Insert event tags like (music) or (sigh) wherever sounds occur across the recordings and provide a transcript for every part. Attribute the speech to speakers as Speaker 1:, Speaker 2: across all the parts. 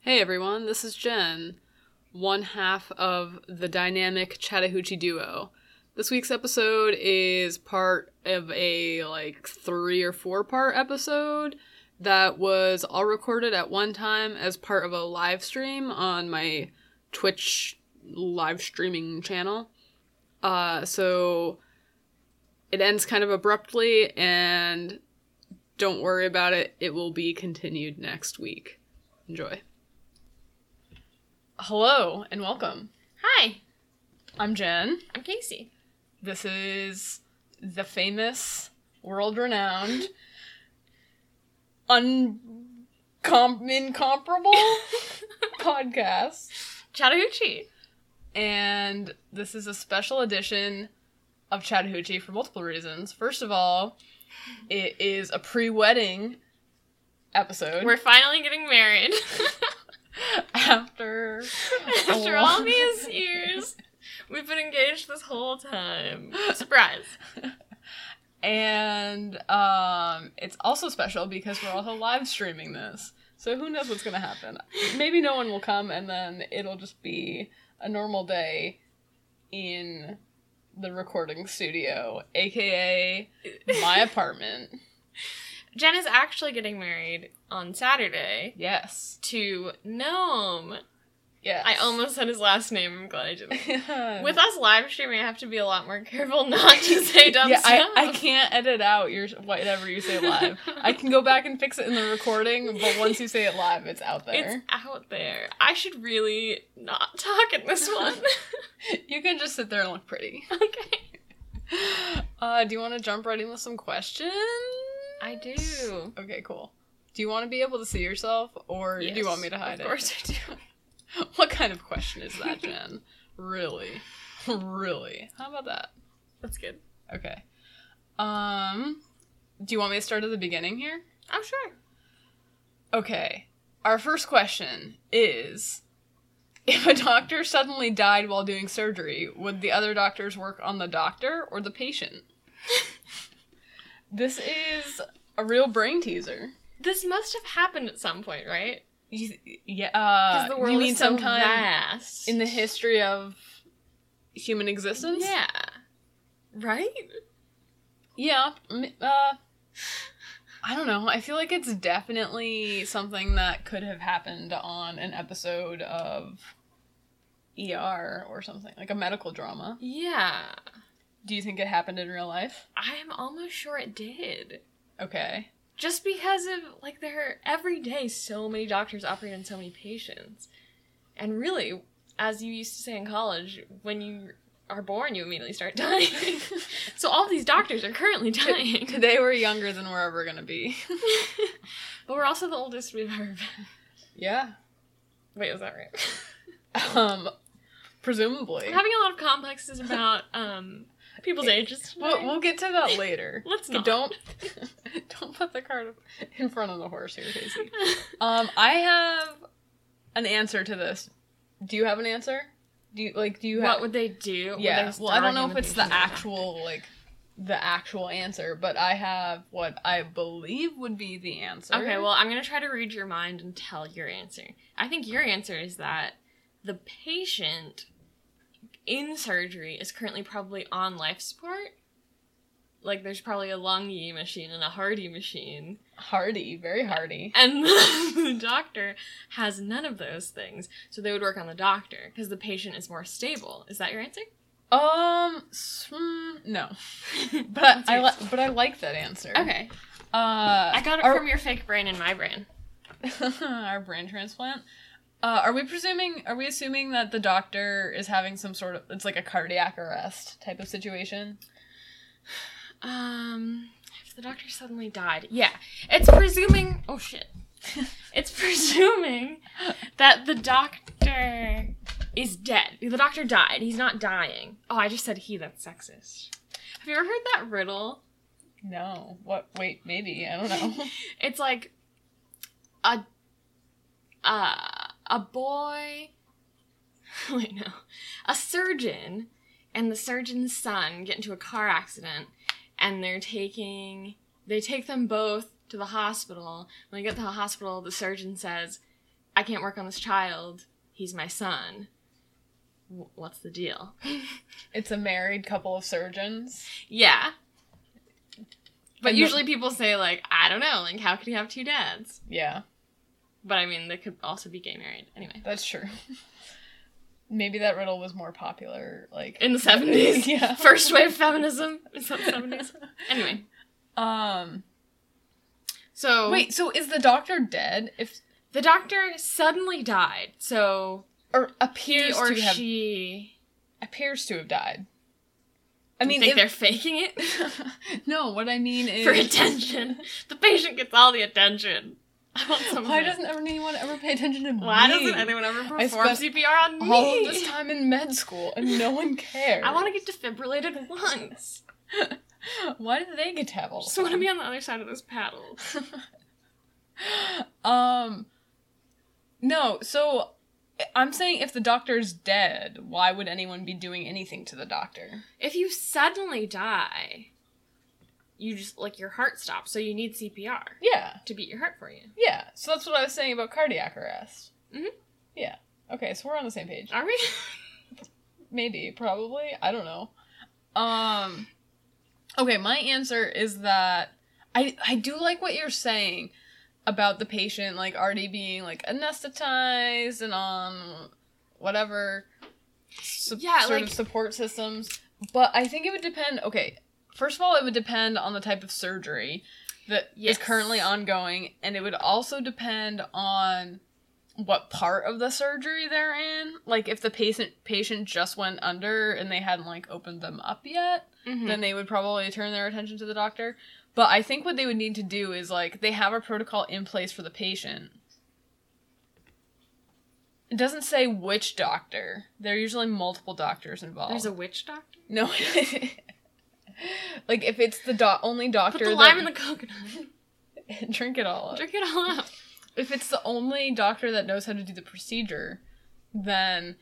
Speaker 1: Hey everyone, this is Jen, one half of the dynamic Chattahoochee duo. This week's episode is part of a like three or four part episode that was all recorded at one time as part of a live stream on my Twitch live streaming channel. Uh, so it ends kind of abruptly, and don't worry about it, it will be continued next week. Enjoy. Hello and welcome.
Speaker 2: Hi,
Speaker 1: I'm Jen.
Speaker 2: I'm Casey.
Speaker 1: This is the famous, world renowned, un- com-
Speaker 2: (laughs)
Speaker 1: incomparable podcast.
Speaker 2: Chattahoochee.
Speaker 1: And this is a special edition of Chattahoochee for multiple reasons. First of all, it is a pre wedding episode.
Speaker 2: We're finally getting married (laughs)
Speaker 1: after
Speaker 2: after
Speaker 1: Oh.
Speaker 2: all these years. We've been engaged this whole time. Surprise.
Speaker 1: And um, it's also special because we're also live streaming this. So who knows what's going to happen? Maybe no one will come and then it'll just be a normal day in the recording studio, aka (laughs) my apartment.
Speaker 2: Jen is actually getting married on Saturday
Speaker 1: Yes.
Speaker 2: to Gnome.
Speaker 1: Yes. (laughs)
Speaker 2: I almost said his last name. I'm glad I didn't.
Speaker 1: With
Speaker 2: With us live streaming, I have to be a lot more careful (laughs) not to say dumb
Speaker 1: yeah,
Speaker 2: stuff.
Speaker 1: I, I can't edit out your whatever you say live. I can go back and fix it in the recording, but once you say it live, (laughs) it's out there.
Speaker 2: It's out there. I should really not talk in this one. (laughs)
Speaker 1: (laughs) You can just sit there and look pretty.
Speaker 2: okay.
Speaker 1: (laughs) Uh, do you want to jump right in with some questions?
Speaker 2: I do.
Speaker 1: Okay, cool. Do you want to be able to see yourself, or do you want me to hide
Speaker 2: Of course I do.
Speaker 1: it? (laughs) What kind of question is
Speaker 2: (laughs)
Speaker 1: that, Jen? really, really? How about that?
Speaker 2: That's good.
Speaker 1: Okay. Um, do you want me to start at the beginning here?
Speaker 2: I'm sure.
Speaker 1: Okay. Our first question is (laughs) if a doctor suddenly died while doing surgery, would the other doctors work on the doctor or the patient? this is a real brain teaser.
Speaker 2: This must have happened at some point, right?
Speaker 1: You, yeah, uh,
Speaker 2: Because the world
Speaker 1: you mean
Speaker 2: is so
Speaker 1: sometime
Speaker 2: vast.
Speaker 1: in the history of human existence?
Speaker 2: yeah, right.
Speaker 1: Yeah. m- Uh, I don't know. I feel like it's definitely something that could have happened on an episode of ER or something, like a medical drama.
Speaker 2: Yeah,
Speaker 1: Do you think it happened in real life?
Speaker 2: I'm almost sure it did.
Speaker 1: Okay. (laughs)
Speaker 2: Just because of like there are every day so many doctors operate on so many patients, and really, as you used to say in college, when you are born, you immediately start dying.
Speaker 1: (laughs)
Speaker 2: so all these doctors are currently dying, (laughs)
Speaker 1: Today we're younger than we're ever going to be. (laughs)
Speaker 2: but we're also the oldest we've ever been.
Speaker 1: yeah.
Speaker 2: Wait, was that right?
Speaker 1: Um presumably.
Speaker 2: Having a lot of complexes about um people's ages.
Speaker 1: We'll,
Speaker 2: (laughs)
Speaker 1: we'll get to that later.
Speaker 2: Let's not.
Speaker 1: Don't (laughs) don't put the cart in front of the horse here, Casey. Um, I have an answer to this. Do you have an answer? Do you like? Do you
Speaker 2: what
Speaker 1: have?
Speaker 2: would they do? Would
Speaker 1: yeah.
Speaker 2: they
Speaker 1: Well, I
Speaker 2: starve
Speaker 1: don't know if
Speaker 2: human
Speaker 1: it's the
Speaker 2: beings?
Speaker 1: actual like the actual answer, but I have what I believe would be the answer.
Speaker 2: Okay, well, I'm gonna try to read your mind and tell your answer. I think your answer is that the patient in surgery is currently probably on life support. Like, there's probably a Longi machine and a Hardy machine.
Speaker 1: hardy, very hardy.
Speaker 2: And (laughs) the doctor has none of those things, so they would work on the doctor because the patient is more stable. Is that your answer?
Speaker 1: Um, s- mm, no, (laughs)
Speaker 2: (laughs)
Speaker 1: but I li- but I like that answer.
Speaker 2: Okay.
Speaker 1: Uh, I
Speaker 2: I got it
Speaker 1: are,
Speaker 2: from your fake brain and my brain.
Speaker 1: (laughs) our brain transplant. Uh, are we presuming? Are we assuming that the doctor is having some sort of? It's like a cardiac arrest type of situation.
Speaker 2: Um, if the doctor suddenly died, yeah, it's presuming. Oh shit! (laughs) it's presuming that the doctor is dead. The doctor died. He's not dying. Oh, I just said he. That's sexist. Have you ever heard that riddle?
Speaker 1: No. What? Wait. Maybe. I don't
Speaker 2: (laughs)
Speaker 1: know.
Speaker 2: It's like a uh, a boy. (laughs) Wait, no, a surgeon and the surgeon's son get into a car accident, and they're taking they take them both to the hospital. When they get to the hospital, the surgeon says, I can't work on this child. He's my son. W- what's the deal? (laughs)
Speaker 1: It's a married couple of surgeons.
Speaker 2: Yeah. But
Speaker 1: And the-
Speaker 2: usually people say like, I don't know, like how could he have two dads?
Speaker 1: Yeah,
Speaker 2: But I mean, they could also be gay married anyway.
Speaker 1: that's true. (laughs) Maybe that riddle was more popular, like
Speaker 2: In the
Speaker 1: (laughs)
Speaker 2: 70s.
Speaker 1: yeah.
Speaker 2: First wave feminism. Is that
Speaker 1: (laughs)
Speaker 2: the 70s? Anyway.
Speaker 1: Um.
Speaker 2: So
Speaker 1: Wait. So is the doctor dead? If
Speaker 2: the doctor suddenly died. So
Speaker 1: or
Speaker 2: he
Speaker 1: appears
Speaker 2: or
Speaker 1: to have
Speaker 2: she
Speaker 1: appears to have died. I
Speaker 2: I
Speaker 1: mean,
Speaker 2: mean, think
Speaker 1: if-
Speaker 2: they're faking it
Speaker 1: (laughs)
Speaker 2: (laughs)
Speaker 1: no. What I mean is
Speaker 2: for attention. The patient gets all the attention. (laughs) I want some
Speaker 1: (laughs)
Speaker 2: of
Speaker 1: Why
Speaker 2: it.
Speaker 1: doesn't anyone ever pay attention to
Speaker 2: Why
Speaker 1: me?
Speaker 2: doesn't anyone ever perform
Speaker 1: spent
Speaker 2: CPR on me?
Speaker 1: all of this time in med school and no
Speaker 2: (laughs)
Speaker 1: one cares?
Speaker 2: I want to get defibrillated once.
Speaker 1: Why did they get to have all?
Speaker 2: Just want to be on the other side of this paddle.
Speaker 1: (laughs) Um. No. So I'm saying if the doctor's dead, why would anyone be doing anything to the doctor?
Speaker 2: If you suddenly die, you just like your heart stops, so you need CPR
Speaker 1: Yeah.
Speaker 2: to beat your heart for you.
Speaker 1: Yeah. So that's what I was saying about cardiac arrest.
Speaker 2: Mhm.
Speaker 1: Yeah. Okay. So we're on the same page.
Speaker 2: Are we?
Speaker 1: Maybe. Probably. I don't know. Um. Okay. My answer is that I I do like what you're saying about the patient like already being like anesthetized and on whatever su-
Speaker 2: Yeah,
Speaker 1: sort of
Speaker 2: like-
Speaker 1: support systems but i think it would depend okay first of all it would depend on the type of surgery that is
Speaker 2: Yes.
Speaker 1: currently ongoing and it would also depend on what part of the surgery they're in like if the patient patient just went under and they hadn't like opened them up yet
Speaker 2: Mm-hmm. Hmm.
Speaker 1: then they would probably turn their attention to the doctor. But I think what they would need to do is like they have a protocol in place for the patient. It doesn't say which doctor. There are usually multiple doctors involved.
Speaker 2: There's a witch doctor.
Speaker 1: no. (laughs) like if it's the do- only doctor
Speaker 2: Put the
Speaker 1: that-
Speaker 2: lime in (laughs) the coconut.
Speaker 1: (laughs) drink it all. Up.
Speaker 2: Drink it all up.
Speaker 1: If it's the only doctor that knows how to do the procedure, then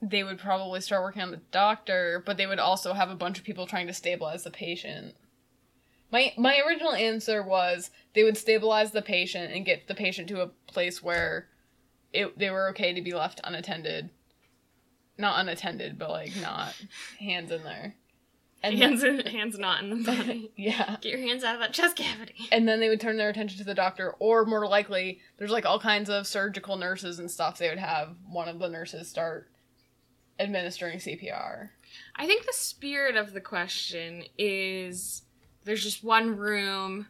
Speaker 1: they would probably start working on the doctor, but they would also have a bunch of people trying to stabilize the patient. My my original answer was they would stabilize the patient and get the patient to a place where it they were okay to be left unattended. Not unattended, but like not hands in there. And then-
Speaker 2: Hands in, hands not in (laughs) the body.
Speaker 1: yeah.
Speaker 2: Get your hands out of that chest cavity.
Speaker 1: and then they would turn their attention to the doctor or more likely there's like all kinds of surgical nurses and stuff they would have one of the nurses start administering cpr
Speaker 2: I think the spirit of the question is there's just one room,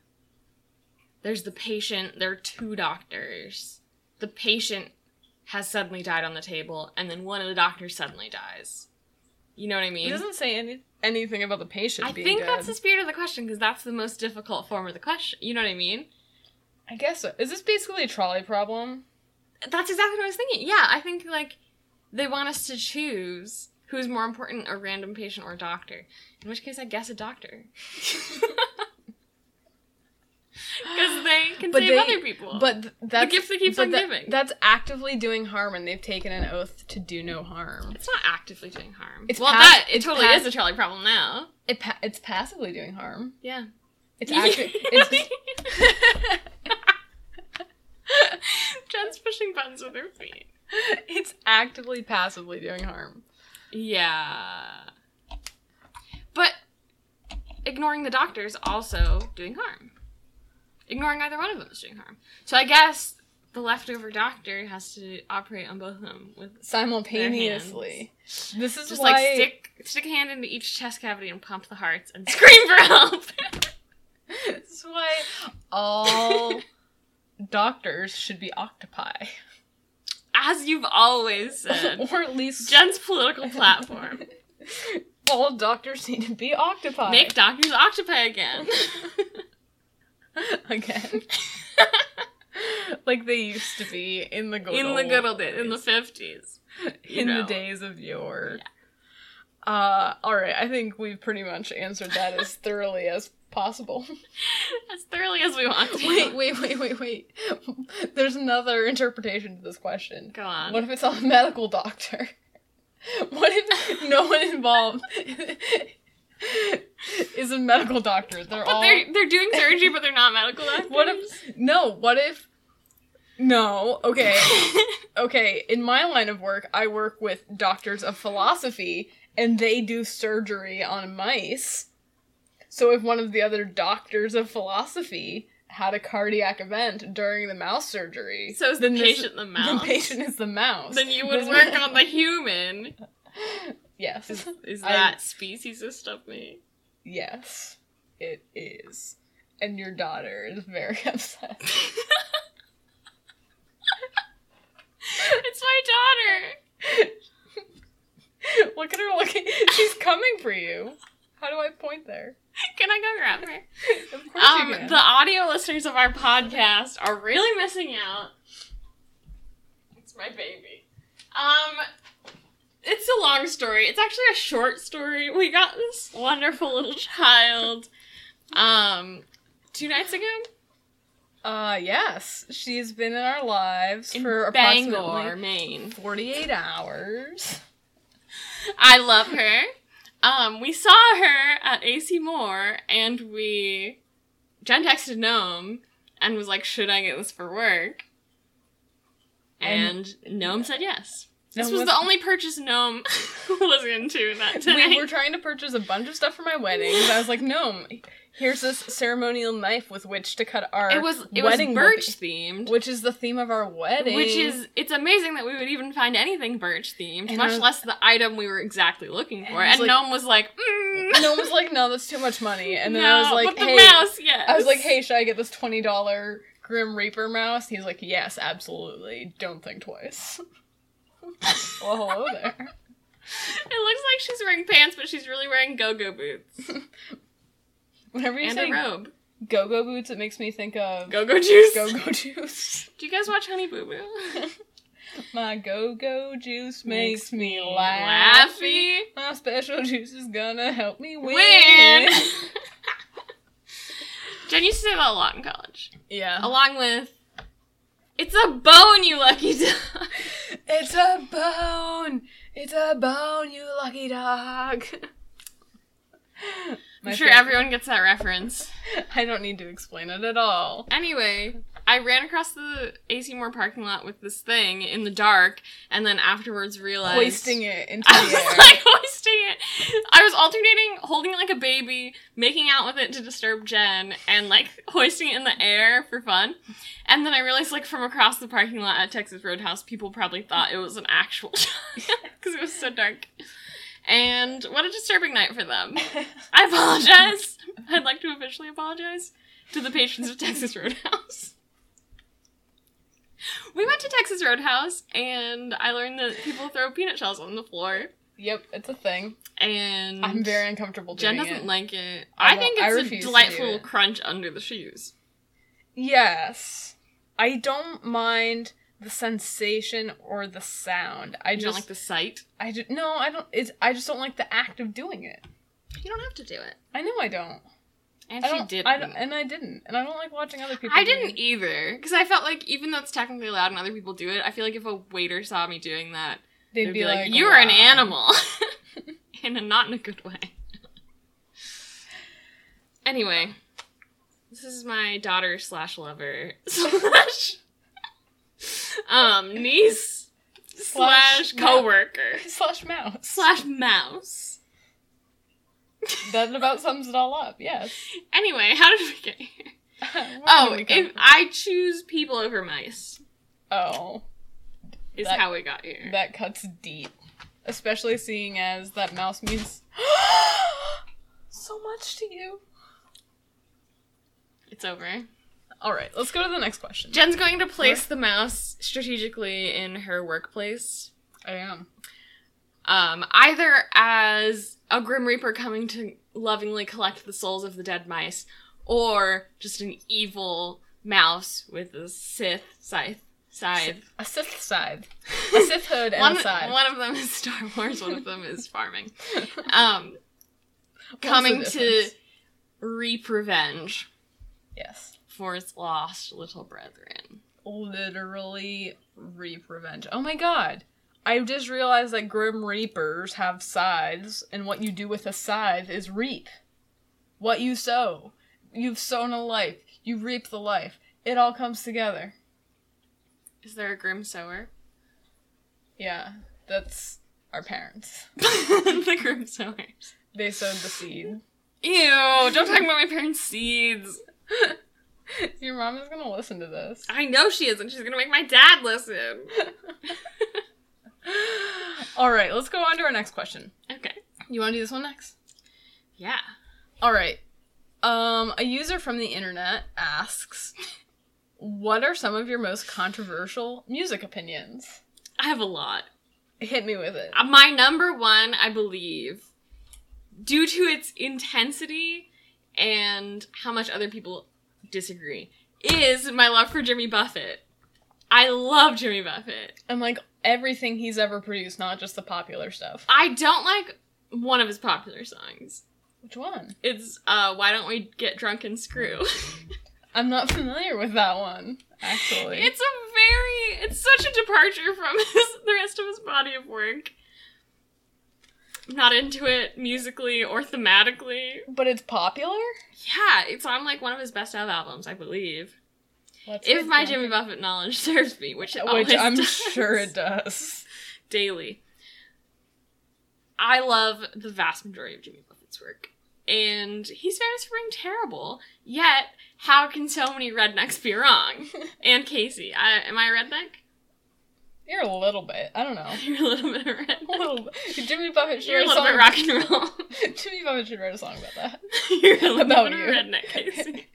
Speaker 2: there's the patient, there are two doctors. The patient has suddenly died on the table, and then one of the doctors suddenly dies. You know what I
Speaker 1: it
Speaker 2: mean?
Speaker 1: doesn't say any, anything about the patient
Speaker 2: I
Speaker 1: being
Speaker 2: think
Speaker 1: dead.
Speaker 2: that's the spirit of the question because that's the most difficult form of the question. You know what I mean?
Speaker 1: i guess so. is this basically a trolley
Speaker 2: (gasps)
Speaker 1: problem
Speaker 2: That's exactly what I was thinking. Yeah, I think like they want us to choose who's more important, a random patient or a doctor. In which case, I guess a doctor. Because
Speaker 1: (gasps)
Speaker 2: they can
Speaker 1: But
Speaker 2: save
Speaker 1: they-
Speaker 2: other people.
Speaker 1: but th- that's
Speaker 2: gift that keeps
Speaker 1: but
Speaker 2: on
Speaker 1: that-
Speaker 2: giving.
Speaker 1: that's actively doing harm and they've taken an oath to do no harm
Speaker 2: it's not actively doing harm.
Speaker 1: It's
Speaker 2: well,
Speaker 1: pass-
Speaker 2: that it
Speaker 1: it's
Speaker 2: totally
Speaker 1: pass-
Speaker 2: is a trolley problem now.
Speaker 1: it pa- it's passively doing harm
Speaker 2: Yeah.
Speaker 1: it's
Speaker 2: (laughs)
Speaker 1: active it's (laughs)
Speaker 2: Jen's pushing buttons with her feet.
Speaker 1: it's actively passively doing harm
Speaker 2: Yeah. But ignoring the doctor is also doing harm. Ignoring either one of them is doing harm. So I guess the leftover doctor has to operate on both of them with
Speaker 1: simultaneously this is
Speaker 2: just
Speaker 1: why
Speaker 2: like
Speaker 1: (laughs)
Speaker 2: stick stick a hand into each chest cavity and pump the hearts and scream for help. (laughs)
Speaker 1: That's why all doctors should be octopi.
Speaker 2: As you've always (laughs) said.
Speaker 1: (laughs) or at least
Speaker 2: Jen's political platform.
Speaker 1: (laughs) all doctors need to be octopi.
Speaker 2: Make doctors octopi again.
Speaker 1: (laughs) Again. (laughs) like they used to be in the good
Speaker 2: in the good old days. In the fifties.
Speaker 1: in the days of yore. Uh, all right, I think we've pretty much answered that (laughs) as thoroughly as possible.
Speaker 2: As thoroughly as we want to.
Speaker 1: wait, wait, wait, wait, wait. (laughs) There's another interpretation to this question.
Speaker 2: Go on.
Speaker 1: What if it's a (laughs) medical doctor? What if no one involved is a medical doctor? They're
Speaker 2: But
Speaker 1: all.
Speaker 2: they're they're doing surgery, but they're not medical doctors.
Speaker 1: What if no? What if No, okay. okay, in my line of work, I work with doctors of philosophy, and they do surgery on mice. So if one of the other doctors of philosophy had a cardiac event during the mouse surgery,
Speaker 2: (laughs) so is the
Speaker 1: then this-
Speaker 2: patient the
Speaker 1: (laughs)
Speaker 2: mouse?
Speaker 1: the patient is the mouse.
Speaker 2: Then you would
Speaker 1: This-
Speaker 2: work on the human.
Speaker 1: (laughs) Yes,
Speaker 2: Is
Speaker 1: I-
Speaker 2: that speciesist of me?
Speaker 1: yes, it is. And your daughter is very (laughs) upset.
Speaker 2: It's my daughter.
Speaker 1: Look at her looking. She's coming for you. How do I point there?
Speaker 2: Can I go grab her?
Speaker 1: Of course you
Speaker 2: Um,
Speaker 1: can.
Speaker 2: the audio listeners of our podcast are really missing out. It's my baby. Um, it's a long story. It's actually a short story. We got this wonderful little child, um, two nights ago
Speaker 1: Uh, yes. She's been in our lives
Speaker 2: in
Speaker 1: for
Speaker 2: Bangor,
Speaker 1: approximately
Speaker 2: Maine.
Speaker 1: 48
Speaker 2: (laughs)
Speaker 1: hours.
Speaker 2: I love her. Um, we saw her at AC Moore, and we Jen texted Gnome and was like, "Should I get this for work?" And, Gnome said yes. This
Speaker 1: Gnome
Speaker 2: was
Speaker 1: was-
Speaker 2: the only purchase Gnome (laughs) was into that
Speaker 1: We
Speaker 2: day.
Speaker 1: were trying to purchase a bunch of stuff for my wedding, but I was like, no, here's this ceremonial knife with which to cut our
Speaker 2: it was it was
Speaker 1: wedding
Speaker 2: birch
Speaker 1: will be-
Speaker 2: themed,
Speaker 1: which is the theme of our wedding.
Speaker 2: which is it's amazing that we would even find anything birch themed,
Speaker 1: And
Speaker 2: much
Speaker 1: I was-
Speaker 2: less the item we were exactly looking for.
Speaker 1: I was
Speaker 2: And
Speaker 1: like-
Speaker 2: Gnome was like, mm,
Speaker 1: And I was like, no, that's too much money. And then I
Speaker 2: no,
Speaker 1: was like,
Speaker 2: but the
Speaker 1: hey,
Speaker 2: mouse, yes.
Speaker 1: I was like, hey, should I get this twenty dollar Grim Reaper mouse? He's like, yes, absolutely. Don't think twice. (laughs) well, hello there.
Speaker 2: It looks like she's wearing pants, but she's really wearing
Speaker 1: (laughs)
Speaker 2: go-go boots
Speaker 1: Whenever you
Speaker 2: and
Speaker 1: say
Speaker 2: a robe.
Speaker 1: go-go boots, it makes me think of
Speaker 2: Go-go juice.
Speaker 1: go-go (laughs) juice.
Speaker 2: Do you guys watch Honey
Speaker 1: (laughs)
Speaker 2: Boo Boo?
Speaker 1: My go-go juice makes, me laugh.
Speaker 2: Laffy.
Speaker 1: My special juice is gonna help me win.
Speaker 2: Win. (laughs) Jen used to say that a lot in college,
Speaker 1: Yeah.
Speaker 2: along with. It's a bone, you lucky (laughs) dog.
Speaker 1: (laughs) It's a bone. It's a bone, you lucky dog. (laughs)
Speaker 2: I'm
Speaker 1: My
Speaker 2: sure
Speaker 1: favorite.
Speaker 2: everyone gets that reference.
Speaker 1: I don't need to explain it at all.
Speaker 2: Anyway, I ran across the AC Moore parking lot with this thing in the dark, and then afterwards realized
Speaker 1: hoisting it into
Speaker 2: (laughs) I was
Speaker 1: the air.
Speaker 2: like hoisting it. I was alternating holding it like a baby, making out with it to disturb Jen, and like hoisting it in the air for fun. And then I realized, like, from across the parking lot at Texas Roadhouse, people probably thought it was an actual (laughs) because it was so dark. And what a disturbing night for them. I apologize. I'd like to officially apologize to the patrons of Texas Roadhouse. We went to Texas Roadhouse and I learned that people throw peanut shells on the floor.
Speaker 1: (laughs) yep, it's a thing.
Speaker 2: And
Speaker 1: I'm very uncomfortable doing
Speaker 2: Mm. Jen doesn't
Speaker 1: it.
Speaker 2: like it.
Speaker 1: I
Speaker 2: I, think
Speaker 1: won't- I
Speaker 2: it's a
Speaker 1: refuse to do
Speaker 2: delightful
Speaker 1: it.
Speaker 2: crunch under the shoes.
Speaker 1: yes, I don't mind the sensation or the sound. I
Speaker 2: I
Speaker 1: just
Speaker 2: don't like the sight.
Speaker 1: I ju- no, I don't. It's I just don't like the act of doing it.
Speaker 2: You don't have to do it.
Speaker 1: I know I don't.
Speaker 2: And
Speaker 1: I
Speaker 2: she
Speaker 1: don't,
Speaker 2: didn't.
Speaker 1: I don't- and I didn't. And I don't like watching other people.
Speaker 2: I
Speaker 1: do it.
Speaker 2: didn't either, because I felt like even though it's technically allowed and other people do it, I feel like if a waiter saw me doing that,
Speaker 1: They'd,
Speaker 2: They'd be, like, "You are an
Speaker 1: "Wow."
Speaker 2: animal," (laughs) in a not in a good way. (laughs) anyway, this is my daughter slash lover (laughs) slash um niece
Speaker 1: Slash
Speaker 2: slash coworker
Speaker 1: (laughs) Slash mouse.
Speaker 2: slash mouse.
Speaker 1: That about sums it all up. Yes.
Speaker 2: (laughs)
Speaker 1: (laughs)
Speaker 2: Anyway, how did we get here?
Speaker 1: Where did
Speaker 2: Oh,
Speaker 1: we come
Speaker 2: if
Speaker 1: from?
Speaker 2: I choose people over mice
Speaker 1: oh.
Speaker 2: is
Speaker 1: That-
Speaker 2: how we got here.
Speaker 1: That cuts deep. Especially seeing as that mouse means (gasps) so much to you.
Speaker 2: it's over.
Speaker 1: Alright, let's go to the next question.
Speaker 2: Jen's going to place the mouse strategically in her workplace.
Speaker 1: I am.
Speaker 2: um, either as a Grim Reaper coming to lovingly collect the souls of the dead mice, or just an evil mouse with a Sith scythe. Scythe.
Speaker 1: (laughs) A Sith side. A Sith hood and
Speaker 2: One,
Speaker 1: a side.
Speaker 2: one of them is Star Wars. One of them
Speaker 1: (laughs)
Speaker 2: is farming. Um,
Speaker 1: What's the
Speaker 2: coming to
Speaker 1: difference?
Speaker 2: reap revenge
Speaker 1: Yes.
Speaker 2: for its lost little brethren.
Speaker 1: Literally reap revenge. Oh my god. I just realized that Grim Reapers have scythes, and what you do with a scythe is reap. What you sow. You've sown a life. You reap the life. It all comes together.
Speaker 2: Is there a grim
Speaker 1: (laughs)
Speaker 2: sower? (laughs)
Speaker 1: Yeah, that's our parents.
Speaker 2: the grim sowers.
Speaker 1: They sowed the
Speaker 2: (laughs)
Speaker 1: seed.
Speaker 2: Ew, don't talk about my parents' seeds.
Speaker 1: Your mom is gonna listen to this. (gasps)
Speaker 2: I know she isn't. She's gonna make my dad listen.
Speaker 1: All right, let's go on to our next question.
Speaker 2: okay.
Speaker 1: You want to do this one next?
Speaker 2: Yeah.
Speaker 1: All right. Um, a user from the internet asks, "What are some of your most controversial music opinions?"
Speaker 2: I have a lot.
Speaker 1: Hit me with it.
Speaker 2: Uh, My number one, I believe, due to its intensity and how much other people disagree, is my love for Jimmy Buffett. I love Jimmy Buffett.
Speaker 1: And like everything he's ever produced, not just the popular stuff.
Speaker 2: I don't like one of his popular songs.
Speaker 1: Which one?
Speaker 2: It's uh, Why Don't We Get Drunk and Screw?
Speaker 1: I'm not (laughs) familiar with that one, actually.
Speaker 2: It's a very, it's such a departure from (laughs) his, the rest of his body of work. I'm not into it musically or thematically.
Speaker 1: but it's popular.
Speaker 2: Yeah, it's on like one of his best of albums, I believe.
Speaker 1: Let's
Speaker 2: If
Speaker 1: look
Speaker 2: my
Speaker 1: it up.
Speaker 2: Jimmy Buffett knowledge serves me, which it
Speaker 1: which
Speaker 2: always
Speaker 1: I'm
Speaker 2: does
Speaker 1: sure it does.
Speaker 2: (laughs) daily. I love the vast majority of Jimmy Buffett's work. And he's famous for being terrible. Yet, how can so many rednecks be wrong?
Speaker 1: (laughs)
Speaker 2: and Casey, I, am I a redneck?
Speaker 1: You're a little bit. I don't
Speaker 2: (laughs)
Speaker 1: know. (laughs)
Speaker 2: You're a little bit of a
Speaker 1: A
Speaker 2: redneck.
Speaker 1: little bit. Jimmy Buffett should
Speaker 2: (laughs) You're a
Speaker 1: write
Speaker 2: little bit rock and roll.
Speaker 1: (laughs) song. Jimmy Buffett should write a song about that.
Speaker 2: You're (laughs) a little
Speaker 1: About
Speaker 2: bit
Speaker 1: you.
Speaker 2: of a redneck, Casey.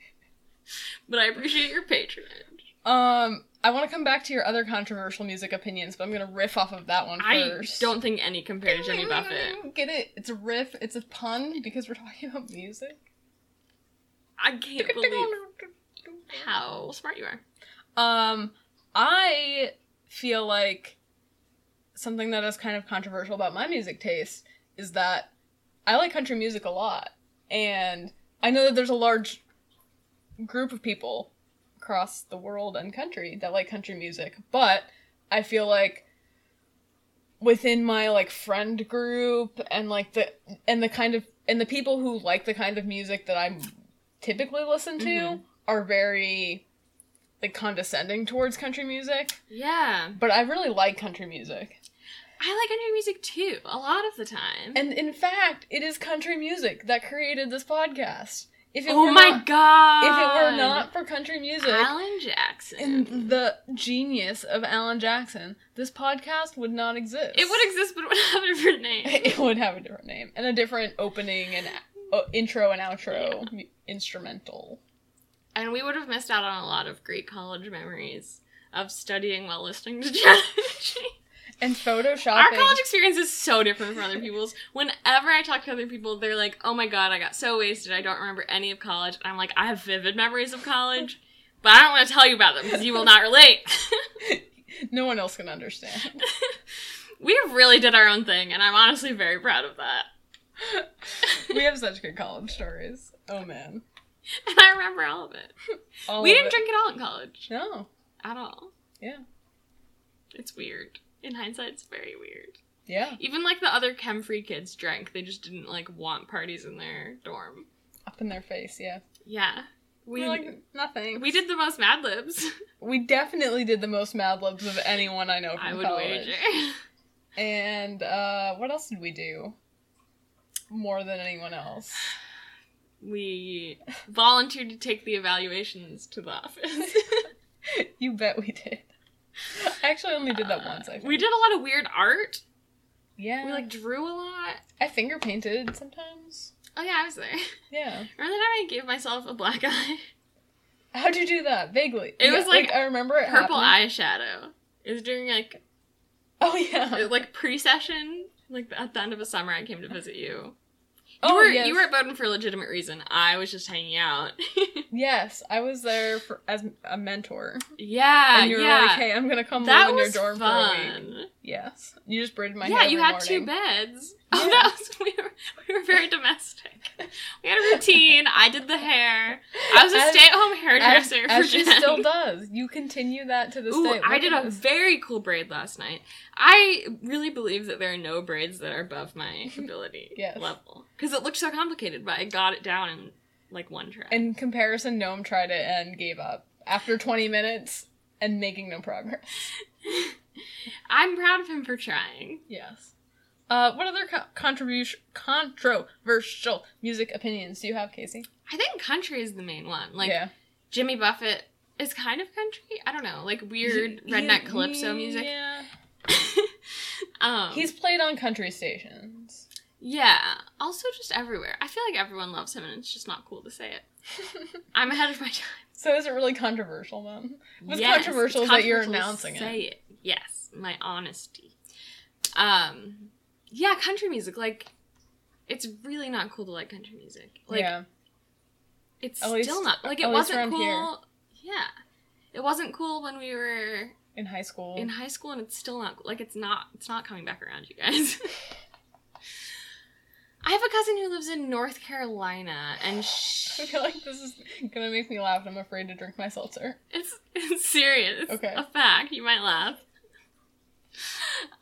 Speaker 2: but I appreciate your patronage.
Speaker 1: Um, I want to come back to your other controversial music opinions, but I'm gonna riff off of that one
Speaker 2: I
Speaker 1: first.
Speaker 2: don't think any compared to Jimmy Buffett.
Speaker 1: (laughs) Get it? It's a riff. It's a pun because we're talking about music.
Speaker 2: I can't believe how smart you are.
Speaker 1: (laughs) Um, I feel like something that is kind of controversial about my music taste is that I like country music a lot, and I know that there's a large group of people across the world and country that like country music, but I feel like within my like friend group and like the and the kind of and the people who like the kind of music that I typically listen to
Speaker 2: Mhm.
Speaker 1: are very like condescending towards country music,
Speaker 2: Yeah.
Speaker 1: but I really like country music.
Speaker 2: I like country music too, a lot of the time.
Speaker 1: And in fact, it is country music that created this podcast. If it
Speaker 2: oh
Speaker 1: were
Speaker 2: my
Speaker 1: not,
Speaker 2: god!
Speaker 1: if it were not for country music
Speaker 2: Alan Jackson,
Speaker 1: and the genius of Alan Jackson, this podcast would not exist. (laughs)
Speaker 2: it would exist, but it would (laughs) have a different name.
Speaker 1: it would have a different name and a different opening and uh, intro and outro mu- instrumental.
Speaker 2: and we would have missed out on a lot of great college memories of studying while listening to Judge.
Speaker 1: And
Speaker 2: Our
Speaker 1: photoshopping.
Speaker 2: college experience is so different from other people's. Whenever I talk to other people, they're like, "Oh my god, I got so wasted. I don't remember any of college." And I'm like, "I have vivid memories of college, but I don't want to tell you about them because you will not relate." (laughs)
Speaker 1: no one else can understand.
Speaker 2: we have really did our own thing, and I'm honestly very proud of that. (laughs)
Speaker 1: we have such good college stories. Oh man.
Speaker 2: And I remember all of it.
Speaker 1: All
Speaker 2: we
Speaker 1: of
Speaker 2: didn't
Speaker 1: it.
Speaker 2: drink at all in college.
Speaker 1: No.
Speaker 2: At all.
Speaker 1: Yeah.
Speaker 2: It's weird. In hindsight, it's very weird.
Speaker 1: Yeah.
Speaker 2: Even like the other chem free kids drank, they just didn't like want parties in their dorm.
Speaker 1: Up in their face, yeah.
Speaker 2: Yeah.
Speaker 1: We
Speaker 2: We
Speaker 1: like nothing.
Speaker 2: we did the most Mad Libs.
Speaker 1: We definitely did the most Mad Libs of anyone I know from
Speaker 2: I would
Speaker 1: college.
Speaker 2: wager.
Speaker 1: And uh, what else did we do? More than anyone else.
Speaker 2: (laughs)
Speaker 1: (laughs)
Speaker 2: We volunteered to take the evaluations to the
Speaker 1: (laughs)
Speaker 2: office.
Speaker 1: You bet we did. I actually only did that
Speaker 2: Uh,
Speaker 1: once. I think.
Speaker 2: we did a lot of weird art.
Speaker 1: Yeah.
Speaker 2: We like drew a lot.
Speaker 1: I finger painted sometimes.
Speaker 2: Oh yeah, I was there.
Speaker 1: Yeah.
Speaker 2: Remember that time I gave myself a black eye?
Speaker 1: How'd you do that? Vaguely.
Speaker 2: It
Speaker 1: Yeah,
Speaker 2: was, like,
Speaker 1: I remember it.
Speaker 2: (laughs) Purple
Speaker 1: happened.
Speaker 2: eyeshadow. It was during like
Speaker 1: (laughs) Oh yeah.
Speaker 2: It- like pre-session, like at the end of the summer, I came to visit you. You
Speaker 1: Oh,
Speaker 2: were
Speaker 1: yes.
Speaker 2: you were at Bowdoin for a legitimate reason. I was just hanging out. (laughs)
Speaker 1: Yes, I was there for, as a mentor,
Speaker 2: yeah,
Speaker 1: and you were
Speaker 2: Uh, yeah.
Speaker 1: like, "Hey, I'm gonna come
Speaker 2: that
Speaker 1: live in your
Speaker 2: was
Speaker 1: dorm for a week."
Speaker 2: fun.
Speaker 1: Yes, you just braided my hair.
Speaker 2: yeah, you
Speaker 1: every
Speaker 2: had
Speaker 1: morning.
Speaker 2: two beds. (laughs) Oh,
Speaker 1: Yeah.
Speaker 2: that was we were we were very domestic. We had a routine. I did the hair. I was a
Speaker 1: As-
Speaker 2: stay-at-home
Speaker 1: as,
Speaker 2: hairdresser
Speaker 1: as
Speaker 2: for
Speaker 1: she
Speaker 2: Jen. (laughs)
Speaker 1: still does. You continue that to this
Speaker 2: Ooh,
Speaker 1: day.
Speaker 2: I
Speaker 1: Look
Speaker 2: did
Speaker 1: at
Speaker 2: a
Speaker 1: us.
Speaker 2: very cool braid last night. I really believe that there are no braids that are
Speaker 1: (laughs)
Speaker 2: above my ability
Speaker 1: Yes.
Speaker 2: level because it looked so complicated, but I got it down in like one try.
Speaker 1: In comparison, Gnome tried it and gave up after 20 minutes, and making no progress. (laughs)
Speaker 2: I'm proud of him for trying.
Speaker 1: Yes. Uh, what other co- contribution controversial music opinions do you have, Casey?
Speaker 2: I think country is the main one. Like
Speaker 1: yeah.
Speaker 2: Jimmy Buffett is kind of country. I don't know, like weird redneck calypso music.
Speaker 1: Yeah.
Speaker 2: (laughs) Um,
Speaker 1: He's played on country stations. (laughs)
Speaker 2: yeah. Also, just everywhere. I feel like everyone loves him, and it's just not cool to say it. I'm ahead of my time.
Speaker 1: So is it really controversial, Mom? What's
Speaker 2: Yes,
Speaker 1: controversial
Speaker 2: it's
Speaker 1: is that you're
Speaker 2: controversial to
Speaker 1: announcing it.
Speaker 2: say it. Yes, my honesty. Um, yeah, country music. Like, it's really not cool to like country music. Like,
Speaker 1: yeah.
Speaker 2: it's
Speaker 1: At least-
Speaker 2: still not. Like, it
Speaker 1: at least
Speaker 2: wasn't
Speaker 1: around
Speaker 2: cool.
Speaker 1: here.
Speaker 2: Yeah, it wasn't cool when we were
Speaker 1: In high school.
Speaker 2: in high school and it's still not like it's not it's not coming back around you guys i have a cousin who lives in north carolina
Speaker 1: (laughs)
Speaker 2: and
Speaker 1: I
Speaker 2: she,
Speaker 1: feel like this is gonna make me laugh. and I'm afraid to drink my seltzer.
Speaker 2: it's, it's serious
Speaker 1: Okay.
Speaker 2: a fact you might laugh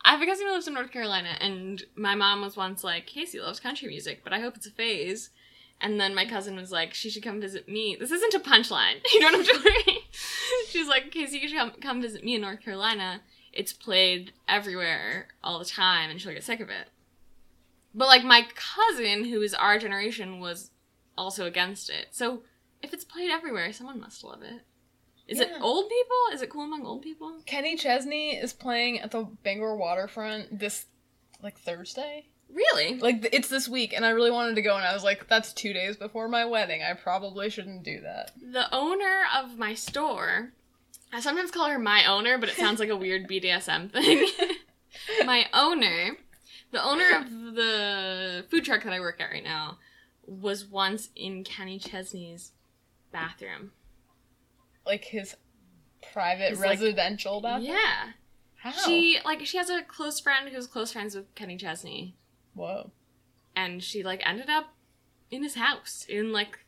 Speaker 2: i have a cousin who lives in north carolina and my mom was once like casey loves country music but i hope it's a phase and then my cousin was like, she should come visit me. This isn't a punchline. (laughs) You know what I'm doing? She's like, Casey, you should come, come visit me in North Carolina. It's played everywhere all the time, and she'll get sick of it. But like my cousin, who is our generation, was also against it. So if it's played everywhere, someone must love it. Is
Speaker 1: Yeah.
Speaker 2: it old people? Is it cool among old people?
Speaker 1: Kenny Chesney is playing at the Bangor waterfront this like Thursday.
Speaker 2: Really?
Speaker 1: Like th- it's this week, and I really wanted to go, and I was like, "That's two days before my wedding. I probably shouldn't do that."
Speaker 2: The owner of my store, I sometimes call her my owner, but it sounds like
Speaker 1: (laughs)
Speaker 2: a weird BDSM thing. my owner, the owner of the food truck that I work at right now, was once in Kenny Chesney's bathroom.
Speaker 1: Like his private
Speaker 2: It's like-
Speaker 1: residential bathroom.
Speaker 2: Yeah.
Speaker 1: How?
Speaker 2: She like she has a close friend who's close friends with Kenny Chesney
Speaker 1: Whoa.
Speaker 2: and she like ended up in his house in like